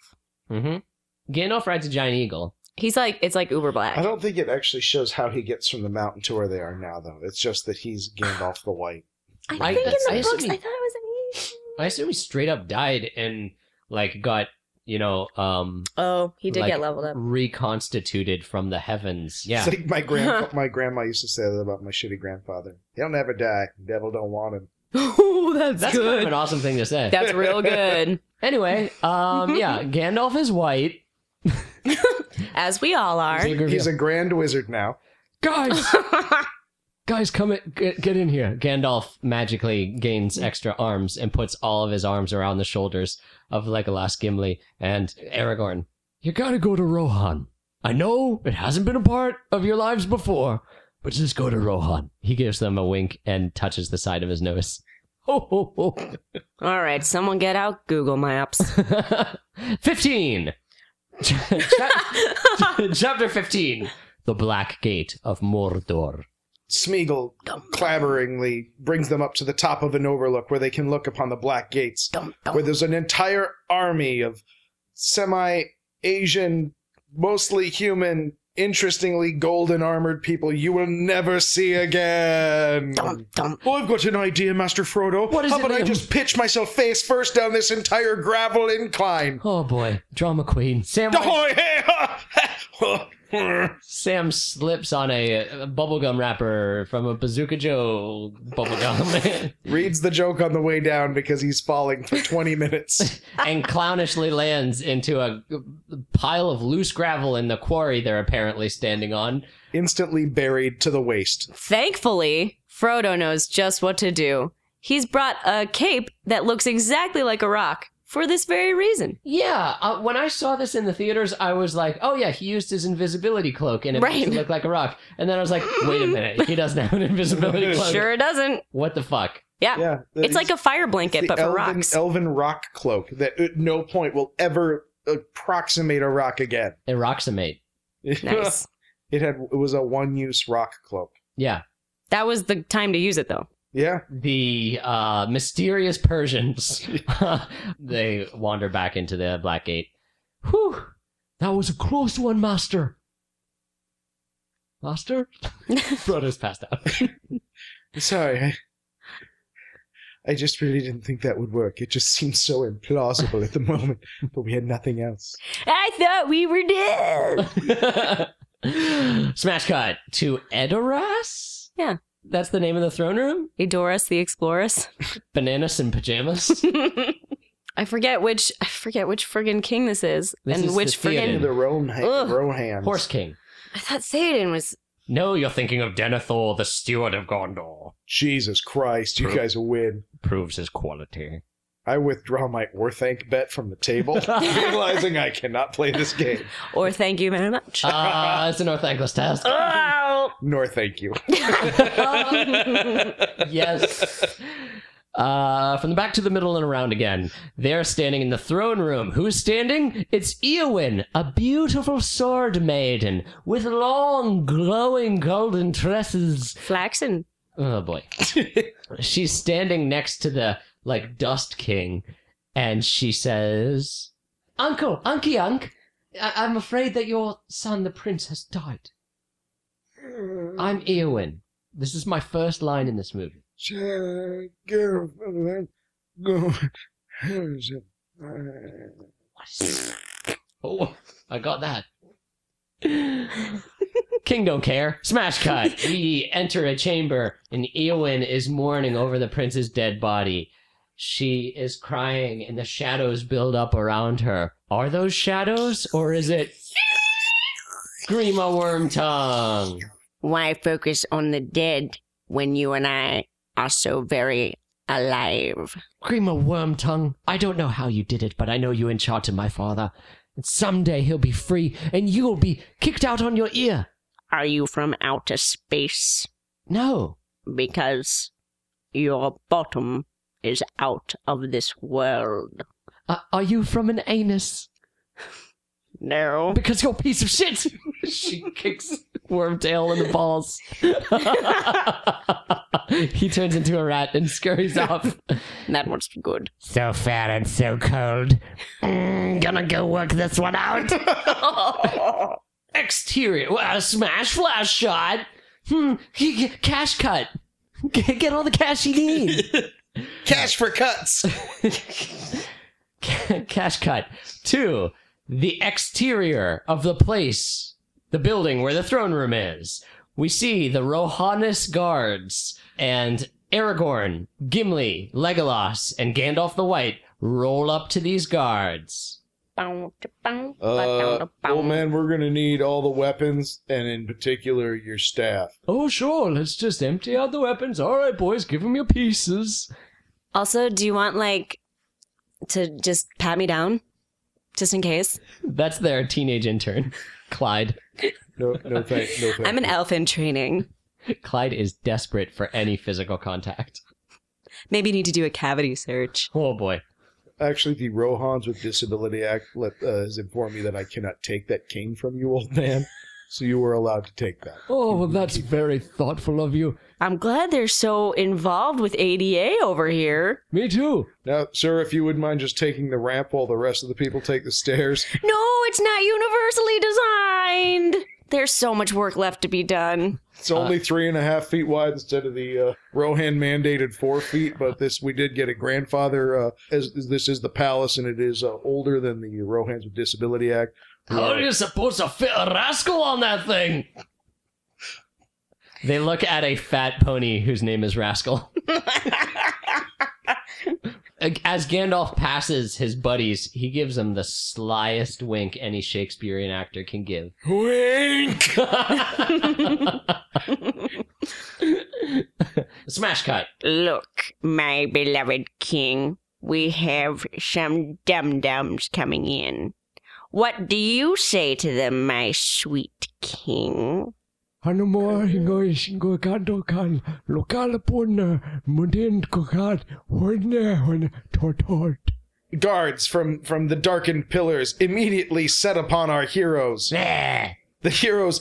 Mm-hmm. Gandalf rides a giant eagle. He's like it's like Uber I Black. don't think it actually shows how he gets from the mountain to where they are now, though. It's just that he's Gandalf the White. I, I- think in that's- the I books assume I he- thought it was an I assume he straight up died and like got you know um Oh, he did like, get leveled up. [LAUGHS] [LAUGHS] reconstituted from the heavens. Yeah. It's like [LAUGHS] my grandpa, my grandma used to say that about my shitty grandfather. He'll never die. Devil don't want him. oh, that's, that's kind of an awesome thing to say. That's real good. anyway, um, [LAUGHS] yeah, Gandalf is white. As we all are. Big reveal. He's a grand wizard now. guys guys come in, get, get in here gandalf magically gains extra arms and puts all of his arms around the shoulders of legolas gimli and aragorn you gotta go to rohan i know it hasn't been a part of your lives before but just go to rohan he gives them a wink and touches the side of his nose ho ho ho All right, someone get out Google Maps. [LAUGHS] 15 [LAUGHS] chapter 15 the black gate of mordor Smeagol clamberingly brings them up to the top of an overlook where they can look upon the black gates, where there's an entire army of semi Asian, mostly human, interestingly golden armored people you will never see again. Dum, dum. Oh, I've got an idea, Master Frodo. What is How it, about I Liam? just pitch myself face first down this entire gravel incline? Oh boy, drama queen. Sam, Ahoy, hey, ha, ha. Sam slips on a, a bubblegum wrapper from a Bazooka Joe bubblegum [LAUGHS] Reads the joke on the way down because he's falling for 20 [LAUGHS] minutes. and clownishly lands into a pile of loose gravel in the quarry they're apparently standing on. Instantly buried to the waist. Thankfully, Frodo knows just what to do. He's brought a cape that looks exactly like a rock for this very reason. Yeah, uh, when I saw this in the theaters, I was like, oh yeah, he used his invisibility cloak and it Right. makes it look like a rock. And then I was like, wait a minute, he doesn't have an [LAUGHS] invisibility cloak. Sure doesn't. What the fuck? Yeah. Yeah. It's like a fire blanket, the but for elven, rocks. elven rock cloak that at no point will ever approximate a rock again. Eroximate. nice. [LAUGHS] it had it was a one use rock cloak. Yeah. That was the time to use it, though. Yeah. The uh, mysterious Persians. [LAUGHS] they wander back into the Black Gate. Whew. That was a close one, Master. Master? Frodo's passed out. [LAUGHS] Sorry. I, I just really didn't think that would work. It just seems so implausible [LAUGHS] at the moment, but we had nothing else. I thought we were dead. Smash cut to Edoras? Yeah. That's the name of the throne room? Edoras the Explorers. Bananas and pajamas? [LAUGHS] I forget which I forget which friggin' king this is This and is which the Theoden. friggin' The Rohan, Ugh. Rohan. Horse King. I thought Theoden was No, you're thinking of Denethor, the steward of Gondor. Jesus Christ, you True. guys win. Proves his quality. I withdraw my Orthanc bet from [LAUGHS] the table, realizing I cannot play this game. or thank you very much. Ah, it's an Orthangless test. Oh, Nor thank you. yes. Uh, from the back to the middle and around again. They're standing in the throne room. Who's standing? It's Eowyn, a beautiful sword maiden with long, glowing golden tresses. Flaxen. Oh boy. She's standing next to the like Dust King, and she says, "Uncle, Unky Unc, I- I'm afraid that your son, the prince, has died. I'm Eowyn. This is my first line in this movie. Uh, What is oh, I got [LAUGHS] that. King don't care. Smash cut. we enter a chamber, and Eowyn is mourning over the prince's dead body. She is crying, and the shadows build up around her. Are those shadows, or is it Grima Wormtongue? why focus on the dead when you and I are so very alive? Grima Wormtongue, I don't know how you did it, but I know you enchanted my father. And someday he'll be free, and you'll be kicked out on your ear. Are you from outer space? No, Because your bottom is out of this world. Uh, are you from an anus? No. Because you're a piece of shit. [LAUGHS] she kicks Wormtail in the balls. [LAUGHS] he turns into a rat and scurries off. That was good. So fat and so cold. Mm, gonna go work this one [LAUGHS] out. [LAUGHS] Exterior, well, a smash flash shot. Hmm, he, he- cash cut. Get get all the cash you need. [LAUGHS] Cash for cuts. [LAUGHS] cash cut. Two, the exterior of the place, the building where the throne room is. We see the Rohannis guards and Aragorn, Gimli, Legolas, and Gandalf the White roll up to these guards. Uh, well, man, we're gonna need all the weapons, and in particular your staff. Oh, sure, let's just empty out the weapons. All right, boys, give them your pieces. Also, do you want like to just pat me down? Just in case. That's their teenage intern, [LAUGHS] Clyde. No, [LAUGHS] no, thank, no, thank I'm an you. elf in training. Clyde is desperate for any physical contact. Maybe need to do a cavity search. Oh, boy. Actually, the Rohans with Disability Act let, uh, has informed me that I cannot take that cane from you, old man. So you were allowed to take that. Oh, well, that's very thoughtful of you. I'm glad they're so involved with ADA over here. Me too. Now, sir, if you wouldn't mind just taking the ramp while the rest of the people take the stairs. No, it's not universally designed. There's so much work left to be done. It's only three and a half feet wide instead of the uh, Rohan mandated four feet. But this we did get a grandfather. Uh, as, as this is the palace, and it is uh, older than the Rohans with Disability Act. How are you supposed to fit a rascal on that thing? They look at a fat pony whose name is [LAUGHS] Rascal. As Gandalf passes his buddies, he gives them the slyest wink any Shakespearean actor can [LAUGHS] give. Wink! Smash cut. Look, my beloved king, we have some dum dums coming in. What do you say to them, my sweet king? Hanumor hingoi shingo kanto kan lokala puna mundin kokat horne horne tortort. Guards from, from the darkened pillars immediately set upon our heroes. Yeah. The heroes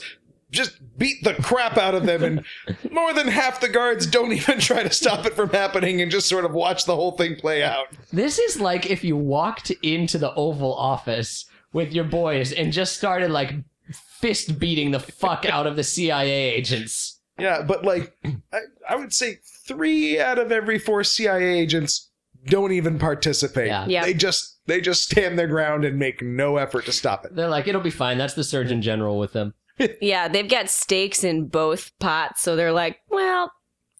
just beat the crap out of them, and more than half the guards don't even try to stop it from happening and just sort of watch the whole thing play out. This is like if you walked into the Oval Office with your boys and just started like fist beating the fuck out of the CIA agents. Yeah, but like, I, I would say three out of every four CIA agents don't even participate. Yeah. Yeah. They just they just stand their ground and make no effort to stop it. They're like, it'll be fine. That's the Surgeon General with them. Yeah, they've got stakes in both pots, so they're like, well,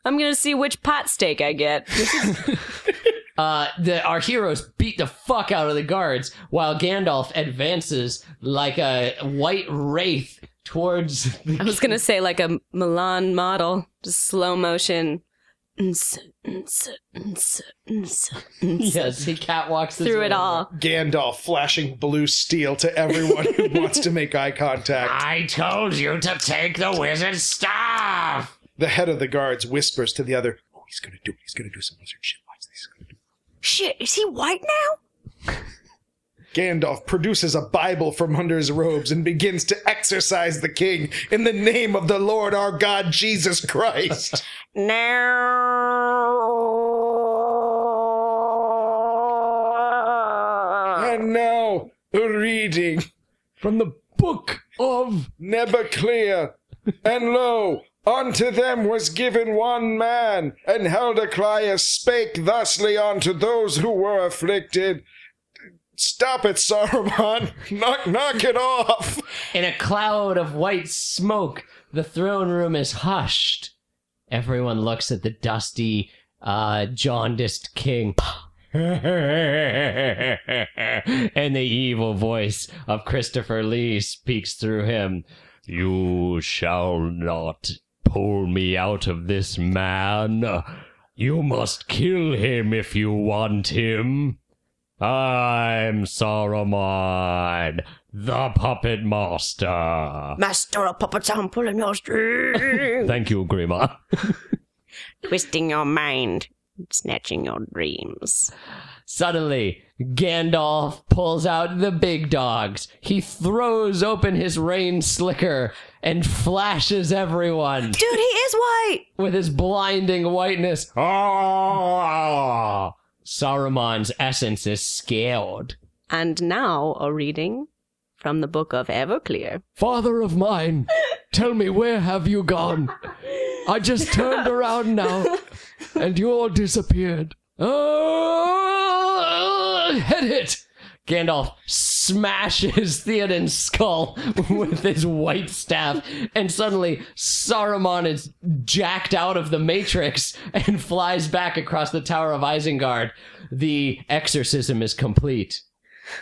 I'm gonna see which pot stake I get. Uh, the, our heroes beat the fuck out of the guards while Gandalf advances like a white wraith towards [LAUGHS] I was gonna say like a Milan model, just slow motion. Ns, ns, ns, ns, ns, yes, he catwalks his Through way it all. Gandalf flashing blue steel to everyone who wants to make eye contact. I told you to take the wizard's staff! The head of the guards whispers to the other, "Oh, he's gonna do it. He's gonna do some wizard shit. Watch this." Shit, is he white now? Gandalf produces a Bible from under his robes and begins to exorcise the king in the name of the Lord our God Jesus Christ. No. and now, a reading From the book of Nebuchadnezzar. And lo, unto them was given one man, and Heldaclius spake thusly unto those who were afflicted. Stop it, Saruman! [LAUGHS] Knock, knock it off! In a cloud of white smoke, the throne room is hushed. Everyone looks at the dusty, uh, jaundiced king. [LAUGHS] and the evil voice of Christopher Lee speaks through him. You shall not pull me out of this man. You must kill him if you want him. I'm Saruman, the puppet master. Master of puppets, I'm pulling [LAUGHS] your string. Thank you, Grima. Twisting your mind, snatching your dreams. Suddenly, Gandalf pulls out the big dogs. He throws open his rain slicker and flashes everyone Dude, he is white. with his blinding whiteness. Ah! Saruman's essence is scaled. And now a reading from the book of Everclear. Father of mine, tell me where have you gone? I just turned around now, and you all disappeared. Oh, head hit! Gandalf smashes Theoden's skull with his white staff, and suddenly Saruman is jacked out of the Matrix and flies back across the Tower of Isengard. The exorcism is complete.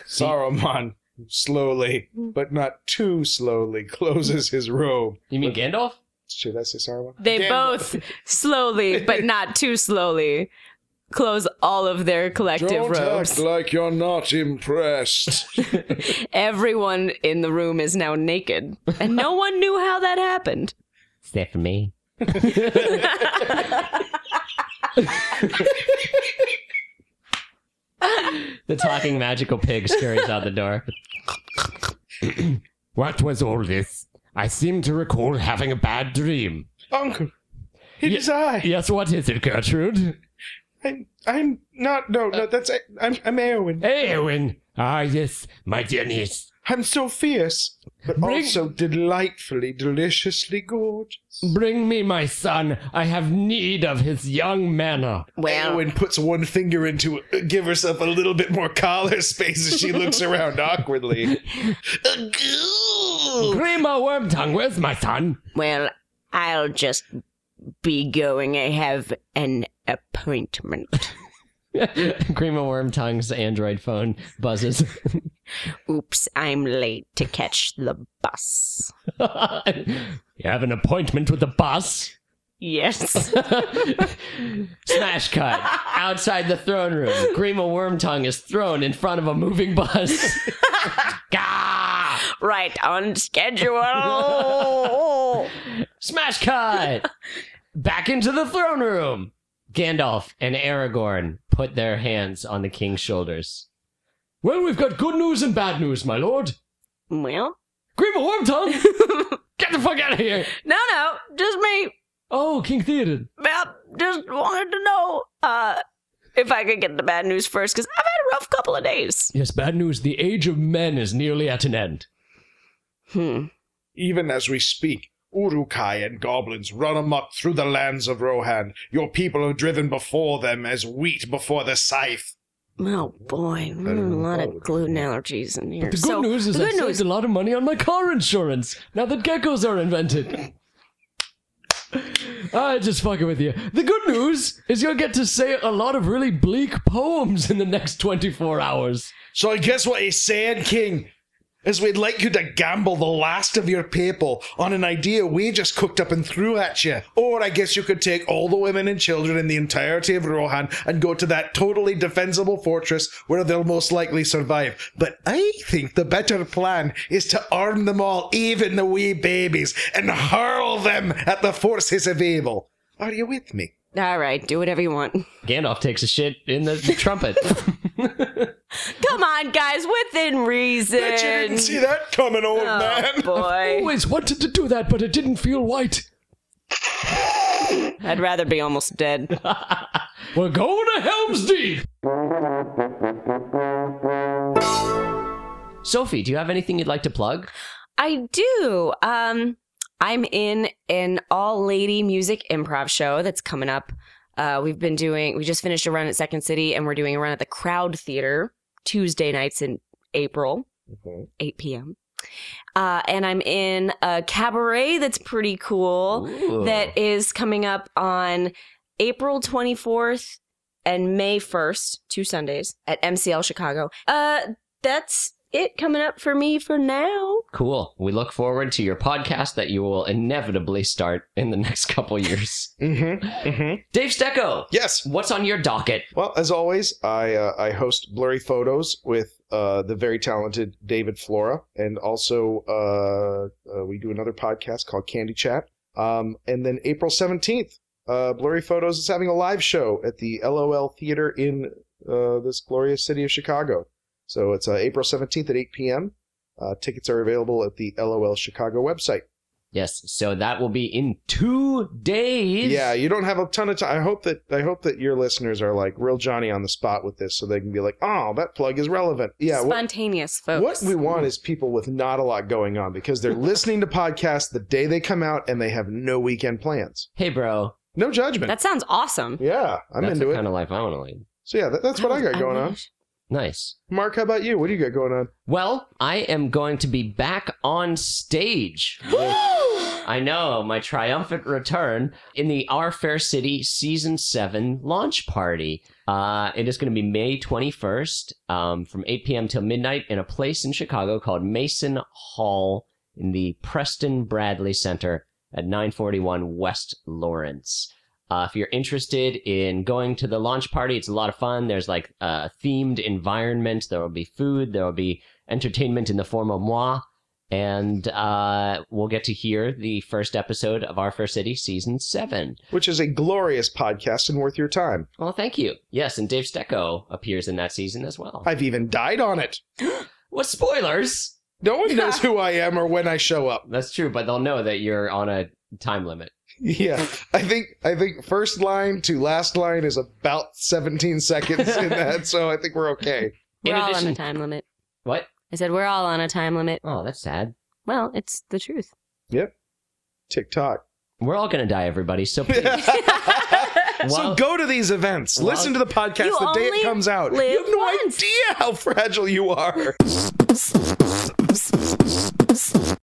Saruman slowly, but not too slowly, closes his robe. You mean Gandalf? Should I say Saruman? They Gandalf both slowly, but not too slowly, close all of their collective Don't robes. act like you're not impressed. Everyone in the room is now naked, and no one knew how that happened. Except for me. the talking magical pig scurries out the door. [CLEARS THROAT] What was all this? I seem to recall having a bad dream. Uncle, it is I. Yes, what is it, Gertrude? I'm, I'm not. No, no, that's I, I'm, I'm Eowyn. Hey, Owen. Ah, yes, my dear niece. I'm so fierce, but Bring- also delightfully, deliciously gorgeous. Bring me my son. I have need of his young manner. Well, Owen puts one finger into give herself a little bit more collar space as she [LAUGHS] looks around awkwardly. Primo Wormtongue, where's my [LAUGHS] son? Well, I'll just be going. I have an appointment. Grima Wormtongue's Android phone buzzes. Oops, I'm late to catch the bus. [LAUGHS] you have an appointment with the bus. Yes. [LAUGHS] Smash cut. Outside the throne room, Grima Wormtongue is thrown in front of a moving bus. [LAUGHS] Gah! [LAUGHS] right on schedule. [LAUGHS] Smash cut. Back into the throne room. Gandalf and Aragorn put their hands on the king's shoulders. Well, we've got good news and bad news, my lord. well, Grima Wormtongue, get the fuck out of here. no, no, just me. Oh, King Theoden. Well, just wanted to know uh, if I could get the bad news first because I've had a rough couple of days. Yes, bad news. The age of men is nearly at an end. hmm. Even as we speak, Urukai and goblins run amok through the lands of Rohan. Your people are driven before them as wheat before the scythe. Oh boy, Better mm, a than lot I of thought. gluten allergies in here. But the good so, news is the I good saved news- a lot of money on my car insurance now that geckos are invented. [LAUGHS] I just fucking with you. The good news is you'll get to say a lot of really bleak poems in the next 24 hours. So I guess what he's saying, King, is we'd like you to gamble the last of your people on an idea we just cooked up and threw at you. Or I guess you could take all the women and children in the entirety of Rohan and go to that totally defensible fortress where they'll most likely survive. But I think the better plan is to arm them all, even the wee babies, and hurl them at the forces of evil. Are you with me? All right, do whatever [LAUGHS] you want. Gandalf takes a shit in [LAUGHS] the trumpet. Come on, guys, within reason. Bet you didn't see that coming, old Oh, man. [LAUGHS] Boy, Always wanted to do that, but it didn't feel right. I'd rather be almost dead. We're going to Helm's Deep. Sophie, do you have anything you'd like to plug? [LAUGHS] I do. Um, I'm in an all lady music improv show that's coming up. Uh, we've been doing, we just finished a run at Second City and we're doing a run at the Crowd Theater Tuesday nights in April, 8 p.m. Uh, and I'm in a cabaret that's pretty cool that is coming up on April 24th and May 1st, two Sundays at MCL Chicago. Uh, that's it coming up for me for now. Cool. We look forward to your podcast that you will inevitably start in the [LAUGHS] next couple years. Mm-hmm. Mm-hmm. Dave Stecco, Yes. what's on your docket? Well, as always, I uh, I host Blurry Photos with uh, the very talented David Flora, and also uh, uh, we do another podcast called Candy Chat. Um, and then April seventeenth, uh, Blurry Photos is having a live show at the LOL Theater in uh, this glorious city of Chicago. So it's uh, April seventeenth at eight p.m. Uh, tickets are available at the LOL Chicago website. Yes, so that will be in two days. Yeah, you don't have a ton of time. I hope that I hope that your listeners are like real Johnny on the spot with this, so they can be like, "Oh, that plug is relevant." Yeah, wh- Spontaneous, what folks. we want is people with not a lot going on because they're listening to podcasts the day they come out and they have no weekend plans. Hey, bro. No judgment. that sounds awesome. Oh, yeah, I'm that's into the it. kind of life I want to lead. so yeah, that, that's what I got going on. wish- Nice. Mark, how about you? What do you got going on? Well, I am going to be back on stage. with- I know, my triumphant return in the Our Fair City Season 7 launch party. Uh, it is going to be May 21st um, from 8 p.m. till midnight in a place in Chicago called Mason Hall in the Preston Bradley Center at 941 West Lawrence. Uh, if you're interested in going to the launch party, it's a lot of fun. There's like a themed environment. There will be food. There will be entertainment in the form of moi. And uh, we'll get to hear the first episode of Our First City Season 7. Which is a glorious podcast and worth your time. Well, thank you. Yes, and Dave Stecco appears in that season as well. I've even died on it. What spoilers? No one knows who I am or when I show up. That's true, but they'll know that you're on a time limit. Yeah, [LAUGHS] I think I think first line to last line is about 17 seconds in that, so I think we're okay. We're In all on addition- the time limit. What? I said, We're all on a time limit. Oh, that's sad. Well, it's the truth. TikTok. We're all gonna die, everybody. So please, [LAUGHS] so While- go to these events. While- Listen to the podcast You the day only it comes out. You live have no once. idea how fragile you are.